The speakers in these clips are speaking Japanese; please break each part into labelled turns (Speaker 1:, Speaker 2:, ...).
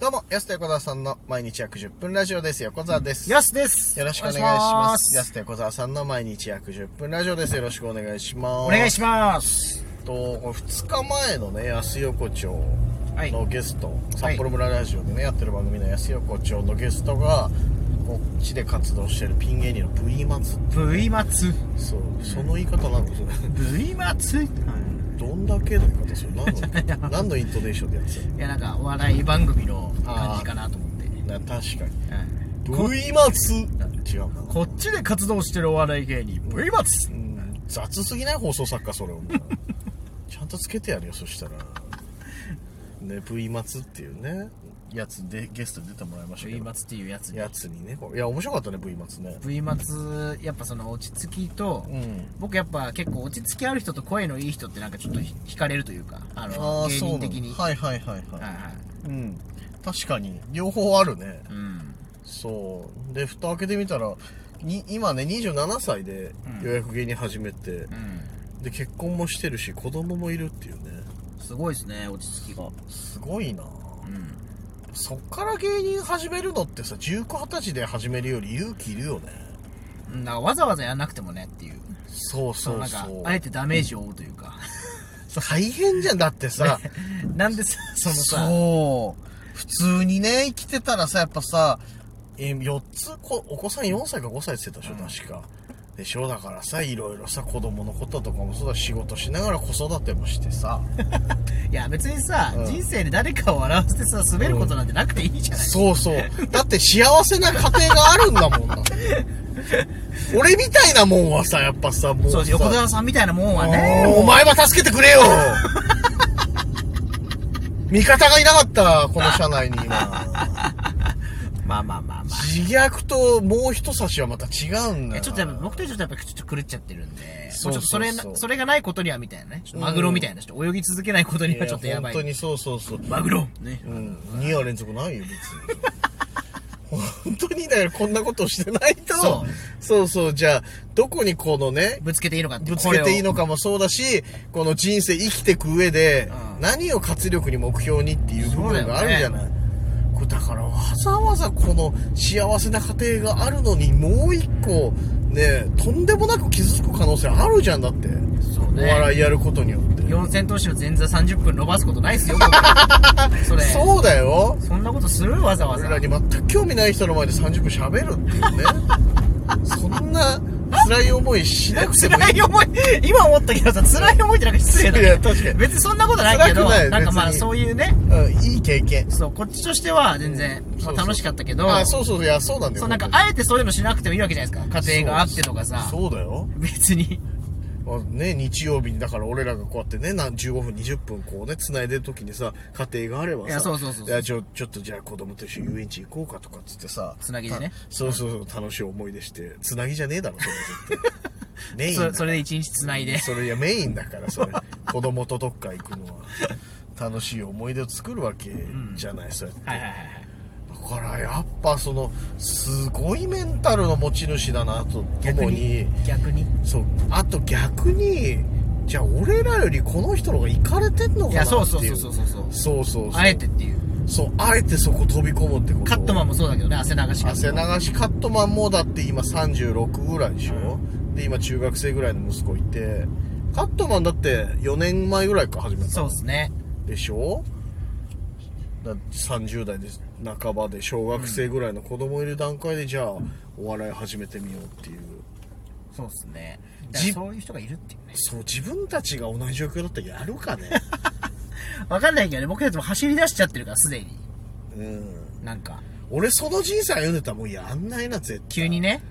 Speaker 1: どうも、安田横澤さんの毎日約10分ラジオです。横澤です。よ
Speaker 2: やすです。
Speaker 1: ろしくお願いします。
Speaker 2: お
Speaker 1: 安田横澤さんの毎日約10分ラジオです。よろしくお願いします。
Speaker 2: 願いします。
Speaker 1: す。と、これ2日前のね、安横町
Speaker 2: はい
Speaker 1: のゲスト、札幌村ラジオでね、やってる番組の安横町のゲストが、こっちで活動してるピン芸人の V 松。
Speaker 2: V 松。
Speaker 1: そう、その言い方なんですよ。
Speaker 2: V 松。い
Speaker 1: どんだけの言い方する何の、何のイントネーションでやってる
Speaker 2: や、なんか、お笑い番組の感じかなと思って。
Speaker 1: な確かに。
Speaker 2: はい
Speaker 1: V 松違うかな。
Speaker 2: こっちで活動してるお笑い芸人、V 松
Speaker 1: う。ん雑すぎない放送作家それを ちゃんとつけてやるよそしたらね V 松っていうねやつでゲストに出てもらいましたけ
Speaker 2: V
Speaker 1: ど
Speaker 2: 松っていうやつに
Speaker 1: やつにねこういや面白かったね V 松ね
Speaker 2: V 松、やっぱその落ち着きと、
Speaker 1: うん
Speaker 2: 僕やっぱ結構落ち着きある人と声のいい人ってなんかちょっとひ惹かれるというか、あの、芸人的に。
Speaker 1: そうなのはいはいはいはい、
Speaker 2: はいはい
Speaker 1: うん確かに両方あるね
Speaker 2: うん。
Speaker 1: そうで蓋開けてみたらに今ね27歳で
Speaker 2: うん
Speaker 1: 予約芸人始めて、
Speaker 2: うん。
Speaker 1: で結婚もしてるし子供もいるっていうね
Speaker 2: すごいですね、落ち着きが。
Speaker 1: すごいな
Speaker 2: うん。
Speaker 1: そっから芸人始めるのってさ1920歳で始めるより勇気いるよね
Speaker 2: うんなんかわざわざやんなくてもねっていう。
Speaker 1: そう
Speaker 2: そ
Speaker 1: そうう
Speaker 2: なん
Speaker 1: そ
Speaker 2: か
Speaker 1: う
Speaker 2: あえてダメージを負うという か
Speaker 1: 大変じゃんだって さ
Speaker 2: なんでさそのさ
Speaker 1: そう普通にね生きてたらさやっぱさえ4つこお子さん4歳か5歳って言ってたでしょ、確かでしょだからさいろいろさ子供のこととかもそうだし仕事しながら子育てもして さ
Speaker 2: いや別にさ、
Speaker 1: うん
Speaker 2: 人生で誰かを笑わせてさ滑ることなんてなくていいじゃない、
Speaker 1: そうそうだって幸せな家庭があるんだもん な俺みたいなもんはさやっぱさもう
Speaker 2: そ
Speaker 1: さ
Speaker 2: う横澤さんみたいなもんはね
Speaker 1: お前は助けてくれ よ味方がいなかった、この社内に 今。
Speaker 2: まあまあまあまあ
Speaker 1: 自虐ともう一差しはまた違うんだ
Speaker 2: いや
Speaker 1: よ。
Speaker 2: ちょっとやっぱ僕たちょっとやっぱちょっと狂っちゃってるんで
Speaker 1: そうそうそう
Speaker 2: もちょっとそれなそれがないことにはみたいなねちょっとマグロみたいなちょっと泳ぎ続けないことにはちょっとやば
Speaker 1: や
Speaker 2: い
Speaker 1: 本当にそうそうそう。
Speaker 2: マグロね、
Speaker 1: うん。2夜連続ないよ、別 に。本当にだからこんなことしてないと。
Speaker 2: そう
Speaker 1: そうそう。じゃあ、どこにこのね、
Speaker 2: ぶつけていいのかって
Speaker 1: ぶつけていいの
Speaker 2: か
Speaker 1: かもそうだし、この人生生きてく上で
Speaker 2: う、ん
Speaker 1: 何を活力に目標にっていう部分があるじゃない。
Speaker 2: そ
Speaker 1: これだからわざわざこの幸せな家庭があるのに、もう一個、ね、とんでもなく傷つく可能性あるじゃんだって。
Speaker 2: そうね
Speaker 1: お笑いやることによって。
Speaker 2: 四千頭身の前座30分伸ばすことないっ すよ僕それ
Speaker 1: そうだよ。
Speaker 2: そんなことするわざわ
Speaker 1: 俺
Speaker 2: ざ
Speaker 1: らに全く興味ない人の前で30分喋る っていうね。そんな辛い思いしなくてもいい
Speaker 2: 辛い思い、今思ったけどさ、辛い思いってなんか失礼だね。
Speaker 1: いや確かに
Speaker 2: 別にそんなことないけど、
Speaker 1: 辛くない
Speaker 2: んかまあ
Speaker 1: 別に
Speaker 2: そういうね、
Speaker 1: うん、いい経験。
Speaker 2: そう、こっちとしては全然、
Speaker 1: うん
Speaker 2: ま
Speaker 1: そう
Speaker 2: あ
Speaker 1: そう
Speaker 2: 楽しかったけど、
Speaker 1: あ、そうそう、いや、そうなんだよ。
Speaker 2: そうなんか、あえてそういうのしなくてもいいわけじゃないですか。家庭があってとかさ、
Speaker 1: そうそうだよ。
Speaker 2: 別に。
Speaker 1: まあね、日曜日にだから俺らがこうやってねなん15分20分こうね繋いでる時にさ家庭があればさ
Speaker 2: いやそうそうそうそう
Speaker 1: やちょちょっとじゃあ子供と一緒に遊園地行こうかとかっつってさ
Speaker 2: つなぎでね
Speaker 1: たそうそうそう楽しい思い出してつなぎじゃねえだろそれ 絶対メインだ
Speaker 2: そそれで一日繋いで。
Speaker 1: それいやメインだからそれ子供とどっか行くのは楽しい思い出を作るわけじゃない、そうやって、
Speaker 2: はいはいはいはい。
Speaker 1: だからやっぱそのすごいメンタルの持ち主だなとともに
Speaker 2: 逆に。
Speaker 1: そうあと逆にじゃあ俺らよりこの人の方が行かれてんの
Speaker 2: い
Speaker 1: かな
Speaker 2: や、
Speaker 1: ってい
Speaker 2: そううそうそうそうそうそう。
Speaker 1: そうそうそう
Speaker 2: あえてっていう。
Speaker 1: そうあえてそこ飛び込むってこと
Speaker 2: カットマンもそうだけどね、汗流し
Speaker 1: 汗流しカットマンもだって今36ぐらいでしょ、で今中学生ぐらいの息子いてカットマンだって4年前ぐらいから始めた
Speaker 2: そうですね。
Speaker 1: でしょだ30代で半ばで小学生ぐらいの子供いる段階で、じゃあお笑い始めてみようっていう
Speaker 2: そうですね。だから
Speaker 1: じ
Speaker 2: そういう人がいるっていうね。
Speaker 1: そう自分たちが同じ状況だったらやるかね
Speaker 2: わかんないけどね、僕たちも走り出しちゃってるから、すでに。
Speaker 1: うん
Speaker 2: なんか。
Speaker 1: 俺その人生歩んでたらもうやんないな絶対
Speaker 2: 急にね、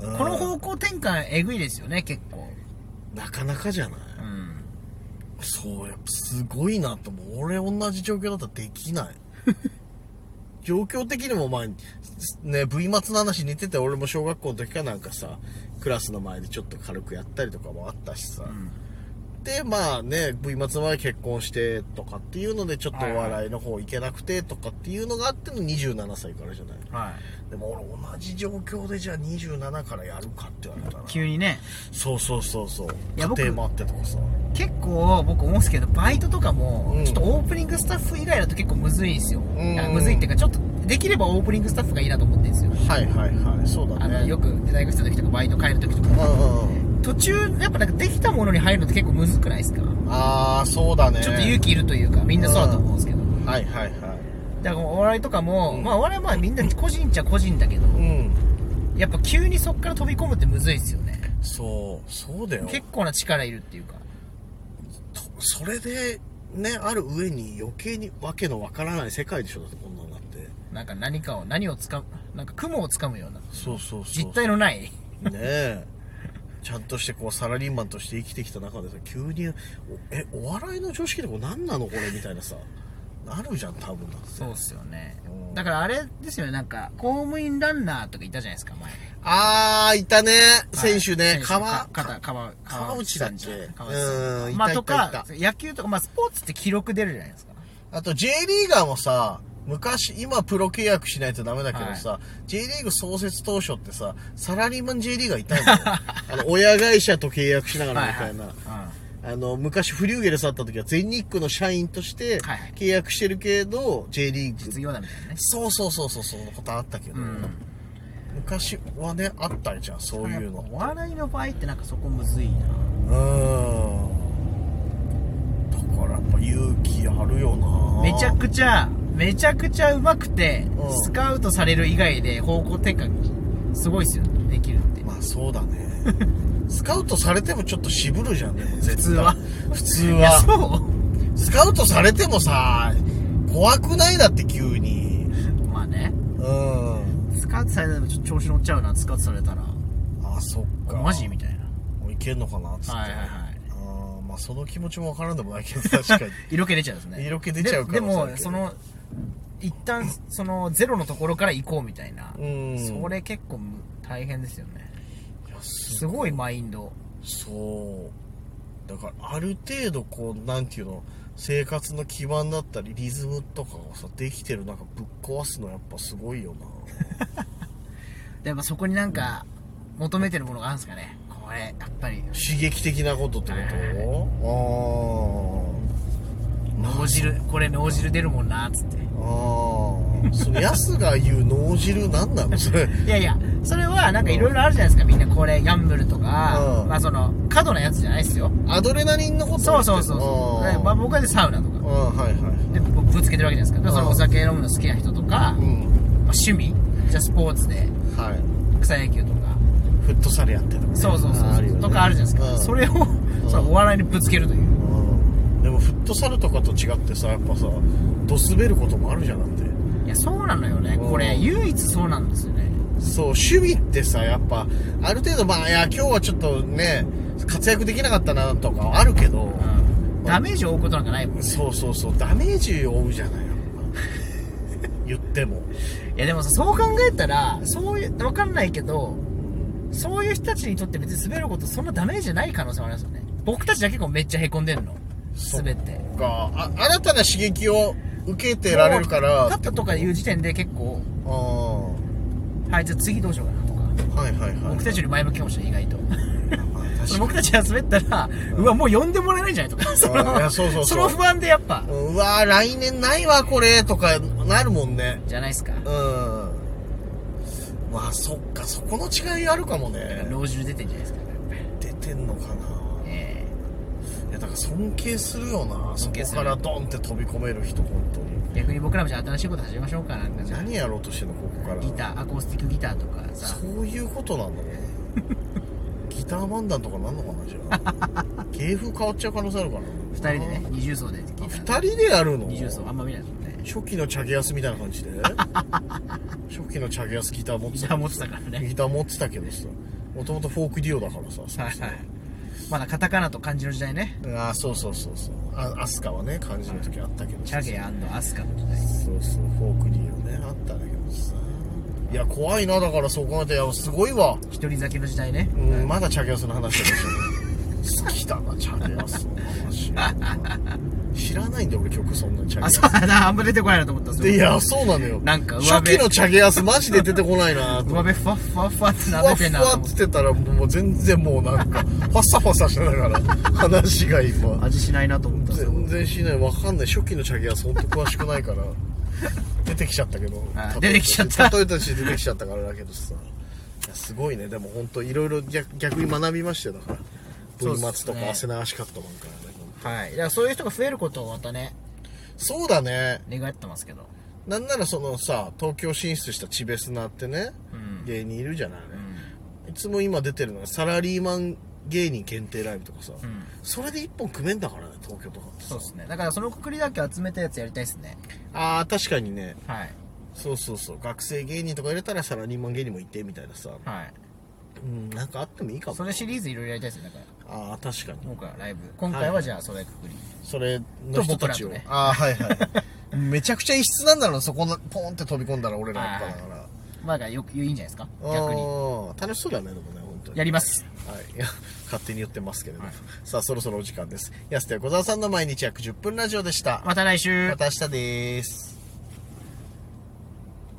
Speaker 1: うん
Speaker 2: この方向転換えぐいですよね結構
Speaker 1: なかなかじゃない、
Speaker 2: うん
Speaker 1: そうやっぱすごいなと思う俺同じ状況だったらでき ない状況的にもまあね V 松の話似てて俺も小学校の時かなんかさクラスの前でちょっと軽くやったりとかもあったしさ、って、まあね、V 松まで結婚してとかっていうので、ちょっとお笑いの方行けなくてとかっていうのがあっての27歳からじゃない。
Speaker 2: はい
Speaker 1: でも俺同じ状況でじゃあ27からやるかって言われたら。
Speaker 2: 急にね
Speaker 1: そうそうそうそう。
Speaker 2: い
Speaker 1: 家
Speaker 2: や僕
Speaker 1: 庭もあってとかさ。
Speaker 2: 結構僕思うんですけどバイトとかも、
Speaker 1: うん
Speaker 2: ちょっとオープニングスタッフ以外だと結構むずいんですよ、
Speaker 1: ん
Speaker 2: あむずいっていうかちょっとできればオープニングスタッフがいいなと思ってるんですよ
Speaker 1: はいはいはい。そうだ
Speaker 2: あの
Speaker 1: ね。
Speaker 2: よく大学生の時とかバイト帰る時とか
Speaker 1: うんうんうん。
Speaker 2: 途中やっぱなんかできたものに入るのって結構むずくないですか、
Speaker 1: あー、そうだね。
Speaker 2: ちょっと勇気いるというかみんなそうだと思うんですけど、
Speaker 1: はいはいはい。
Speaker 2: だからお笑いとかも、
Speaker 1: うん
Speaker 2: まあお笑いはまあみんな個人っちゃ個人だけど、
Speaker 1: うん。
Speaker 2: やっぱ急にそっから飛び込むってむずいですよね
Speaker 1: そう、そうだよ。
Speaker 2: 結構な力いるっていうか
Speaker 1: とそれで、ね、ある上に余計にわけのわからない世界でしょ、だってこんなのなって。
Speaker 2: なんか何かを何をつかむなんか雲をつかむような
Speaker 1: そうそうそう。
Speaker 2: 実体のない
Speaker 1: ねえ。ちゃんとしてこうサラリーマンとして生きてきた中でさ、急に、おえ、お笑いの常識ってこれ何なのこれみたいなさ、なるじゃん、多分だって。
Speaker 2: そうっすよね
Speaker 1: うん
Speaker 2: だからあれですよねなんか公務員ランナーとかいたじゃないですか前
Speaker 1: あー、いたね。選手ね。
Speaker 2: 川
Speaker 1: 川。
Speaker 2: 川川
Speaker 1: 川内だっけ
Speaker 2: 川内さ
Speaker 1: うんんいた
Speaker 2: まあ
Speaker 1: いた
Speaker 2: と
Speaker 1: いた
Speaker 2: か野球とかまあスポーツって記録出るじゃないですか
Speaker 1: あと J リーガーもさ、昔、今プロ契約しないとダメだけどさ、J リーグ創設当初ってさ、サラリーマン J リーガーいたんだ よ。あの、親会社と契約しながらみたいな。
Speaker 2: はいはいうん
Speaker 1: あの、昔フリューゲルスあった時は全日空の社員として
Speaker 2: はい
Speaker 1: 契約してるけど、J リーグ。
Speaker 2: 実業団みたいなね
Speaker 1: そうそうそうそう、そのことあったけど、
Speaker 2: うん
Speaker 1: 昔はね、あったじゃん、そういうの。
Speaker 2: お笑いの場合ってなんかそこむずいな
Speaker 1: うーん。だからやっぱ勇気あるよな
Speaker 2: めちゃくちゃめちゃくちゃうまくて
Speaker 1: うん
Speaker 2: スカウトされる以外で方向転換すごいっすよねできるって
Speaker 1: まあそうだ ねスカウトされてもちょっと渋るじゃんでも絶対
Speaker 2: 普通は
Speaker 1: 普通
Speaker 2: いや
Speaker 1: は
Speaker 2: そう
Speaker 1: スカウトされてもさ怖くないだって急に
Speaker 2: まあね
Speaker 1: うん
Speaker 2: スカウトされたらちょっと調子乗っちゃうなスカウトされたら
Speaker 1: あそっか
Speaker 2: マジみたいな
Speaker 1: もういけんのかなっつって、
Speaker 2: はいはいはい
Speaker 1: あーまあその気持ちもわからんでもない けど確かに
Speaker 2: 色気出ちゃうんですね
Speaker 1: 色気出ちゃうから
Speaker 2: でで
Speaker 1: そうだけ
Speaker 2: も
Speaker 1: ど
Speaker 2: その一旦そのゼロのところから行こうみたいな
Speaker 1: うん
Speaker 2: それ結構む大変ですよね
Speaker 1: いやす
Speaker 2: すごいマインド
Speaker 1: そうだからある程度こうなんていうの生活の基盤だったりリズムとかがさできてるなんかぶっ壊すのやっぱすごいよな
Speaker 2: でもそこになんか求めてるものがあるんですかねこれやっぱり
Speaker 1: 刺激的なことってことああ
Speaker 2: 脳汁これ脳汁出るもんなっつって
Speaker 1: ああそのヤスが言う脳汁何なのそ れ
Speaker 2: いやいやそれはなんかいろいろあるじゃないですかみんなこれギャンブルとか、
Speaker 1: うん
Speaker 2: まあその過度なやつじゃないですよ
Speaker 1: アドレナリンのこと
Speaker 2: そうそうそう
Speaker 1: あ
Speaker 2: そう
Speaker 1: ー
Speaker 2: でまあ僕はでサウナと
Speaker 1: あー
Speaker 2: か
Speaker 1: はいはい
Speaker 2: で僕ぶつけてるわけじゃないですかだからその
Speaker 1: うん
Speaker 2: お酒飲むの好きな人とか、
Speaker 1: う
Speaker 2: まあ、
Speaker 1: ん
Speaker 2: 趣味じゃあスポーツで
Speaker 1: はい
Speaker 2: 草野球とか
Speaker 1: フットサルやってるとかね
Speaker 2: そうそうそう
Speaker 1: あーあるよね
Speaker 2: とかあるじゃないですか、
Speaker 1: うん
Speaker 2: それを、そのお笑いにぶつけるという
Speaker 1: うんでもフットサルとかと違ってさやっぱさドスベることもあるじゃんだって
Speaker 2: いやそうなのよね
Speaker 1: うん
Speaker 2: これ唯一そうなんですよね
Speaker 1: そう守備ってさやっぱある程度まあいや今日はちょっとね活躍できなかったなとかはあるけど、
Speaker 2: うんダメージを負うことなんかないもんい
Speaker 1: そうそうそうダメージを負うじゃな いやっぱ言っても
Speaker 2: やでもさそう考えたらそういうわかんないけどそういう人たちにとって別に滑ることそんなダメージじゃない可能性もありますよね僕たちだけ結構めっちゃへこんでんの
Speaker 1: そう
Speaker 2: 滑って
Speaker 1: かあ新たな刺激を受けてられるから
Speaker 2: 立ったとかいう時点で結構
Speaker 1: ああは
Speaker 2: はいじゃあ次どうしようかなとか
Speaker 1: いはいはい
Speaker 2: 僕たちより前向きかもしれない 意外と
Speaker 1: まあ確かに
Speaker 2: 僕たちが滑ったらうわもう呼んでもらえないんじゃないとかそ
Speaker 1: いや
Speaker 2: の
Speaker 1: そうそうそう
Speaker 2: その不安でやっぱ
Speaker 1: うんうわー来年ないわこれとかなるもんね
Speaker 2: じゃないですか
Speaker 1: うんまあそっかそこの違いあるかもね
Speaker 2: 脳汁出てんじゃないですかやっぱり
Speaker 1: 出てんのかな
Speaker 2: え
Speaker 1: いやだから尊敬するよなそ
Speaker 2: 尊敬す
Speaker 1: こ
Speaker 2: る
Speaker 1: からドンって飛び込める人本当に
Speaker 2: え逆に僕らもじゃあ新しいこと始めましょうかなんかじゃあ
Speaker 1: 何やろうとしてんのここから
Speaker 2: ギターアコースティックギターとかさ
Speaker 1: そういうことなの ギター漫談とかなんのかなじゃ あ芸風変わっちゃう可能性あるかな
Speaker 2: 2人でね二重奏で
Speaker 1: あ
Speaker 2: ギター
Speaker 1: 二人でやるの
Speaker 2: 二重奏あんま見ないですもんね
Speaker 1: 初期のチャゲアスみたいな感じ で初期のチャゲアスギター持って
Speaker 2: ギター持ってたからね
Speaker 1: ギター持ってたけどさもともとフォークデュオだからさそうそう
Speaker 2: まだカタカナと漢字の時代ね
Speaker 1: あーそうそうそうそうあアスカはね感じの時あったけど
Speaker 2: チャゲアスカの時代
Speaker 1: そうそうフォークデュオねあったんだけどさいや怖いなだからそう考えていやすごいわ
Speaker 2: 一人酒の時代ね
Speaker 1: うん、まだチャゲアスの話だけど好きだな、チャゲアスの話。知らないんだよ、俺曲そんなチャゲア
Speaker 2: あ、
Speaker 1: ス
Speaker 2: そう。だな。あんま出てこないなと思ったん
Speaker 1: でいや、そうなのよ。
Speaker 2: なんか上辺
Speaker 1: 初期のチャゲアスマジで出てこないなと 思
Speaker 2: 上
Speaker 1: って。
Speaker 2: 辺ふわっふわっふわって
Speaker 1: ふ
Speaker 2: な
Speaker 1: わ
Speaker 2: め
Speaker 1: ふ
Speaker 2: てんなと
Speaker 1: わっ
Speaker 2: 思
Speaker 1: つ
Speaker 2: っ。
Speaker 1: っててたら、もう全然もうなんか、パサパサしながら、話が今。
Speaker 2: 味しないなと思ったんですよ
Speaker 1: 全然しない、わかんない。初期のチャゲアスほんと詳しくない から、出てきちゃったけど
Speaker 2: あ。
Speaker 1: 例え
Speaker 2: 出てきちゃった
Speaker 1: 例えたし出てきちゃったからだけどさ。いやすごいね。でもほんといろいろ逆逆に学びましたよ、だから。
Speaker 2: そうっ
Speaker 1: 文
Speaker 2: す
Speaker 1: 末
Speaker 2: ね
Speaker 1: とか汗流しカットなんからね。
Speaker 2: はい。だからそういう人が増えることをまたね、
Speaker 1: そうだね。
Speaker 2: 願ってますけど。
Speaker 1: なんならそのさ、東京進出したチベスナーってね、
Speaker 2: うん
Speaker 1: 芸人いるじゃない、いつも今出てるのがサラリーマン芸人限定ライブとかさ、
Speaker 2: ん
Speaker 1: それで一本組めんだからね、東京とかって
Speaker 2: そ
Speaker 1: さ
Speaker 2: うですね。だからそのくくりだけ集めたやつやりたいですね。
Speaker 1: ああ、確かにね。
Speaker 2: はい。
Speaker 1: そうそうそう。学生芸人とか入れたらサラリーマン芸人もいて、みたいなさ。
Speaker 2: はい。
Speaker 1: うん、なんかあってもいいか
Speaker 2: そ
Speaker 1: も。
Speaker 2: れシリーズいろいろやりたいですね。だから、
Speaker 1: ああ、確かに。
Speaker 2: 今回はライブ。今回はじゃあそれくくり。
Speaker 1: それの人たちを。
Speaker 2: と僕らとね
Speaker 1: ああ、はい はい。めちゃくちゃ異質なんだろうなそこの、ポンって飛び込んだら俺らやっぱだから。
Speaker 2: まあ、だからよくいいんじゃないですか
Speaker 1: あ
Speaker 2: 逆に。
Speaker 1: ー楽しそうだね、でもね、本当に。
Speaker 2: やります。
Speaker 1: はい、いや勝手に言ってますけれども、さあそろそろお時間です安田横澤さんの毎日約10分ラジオでした
Speaker 2: また来週。
Speaker 1: また明日です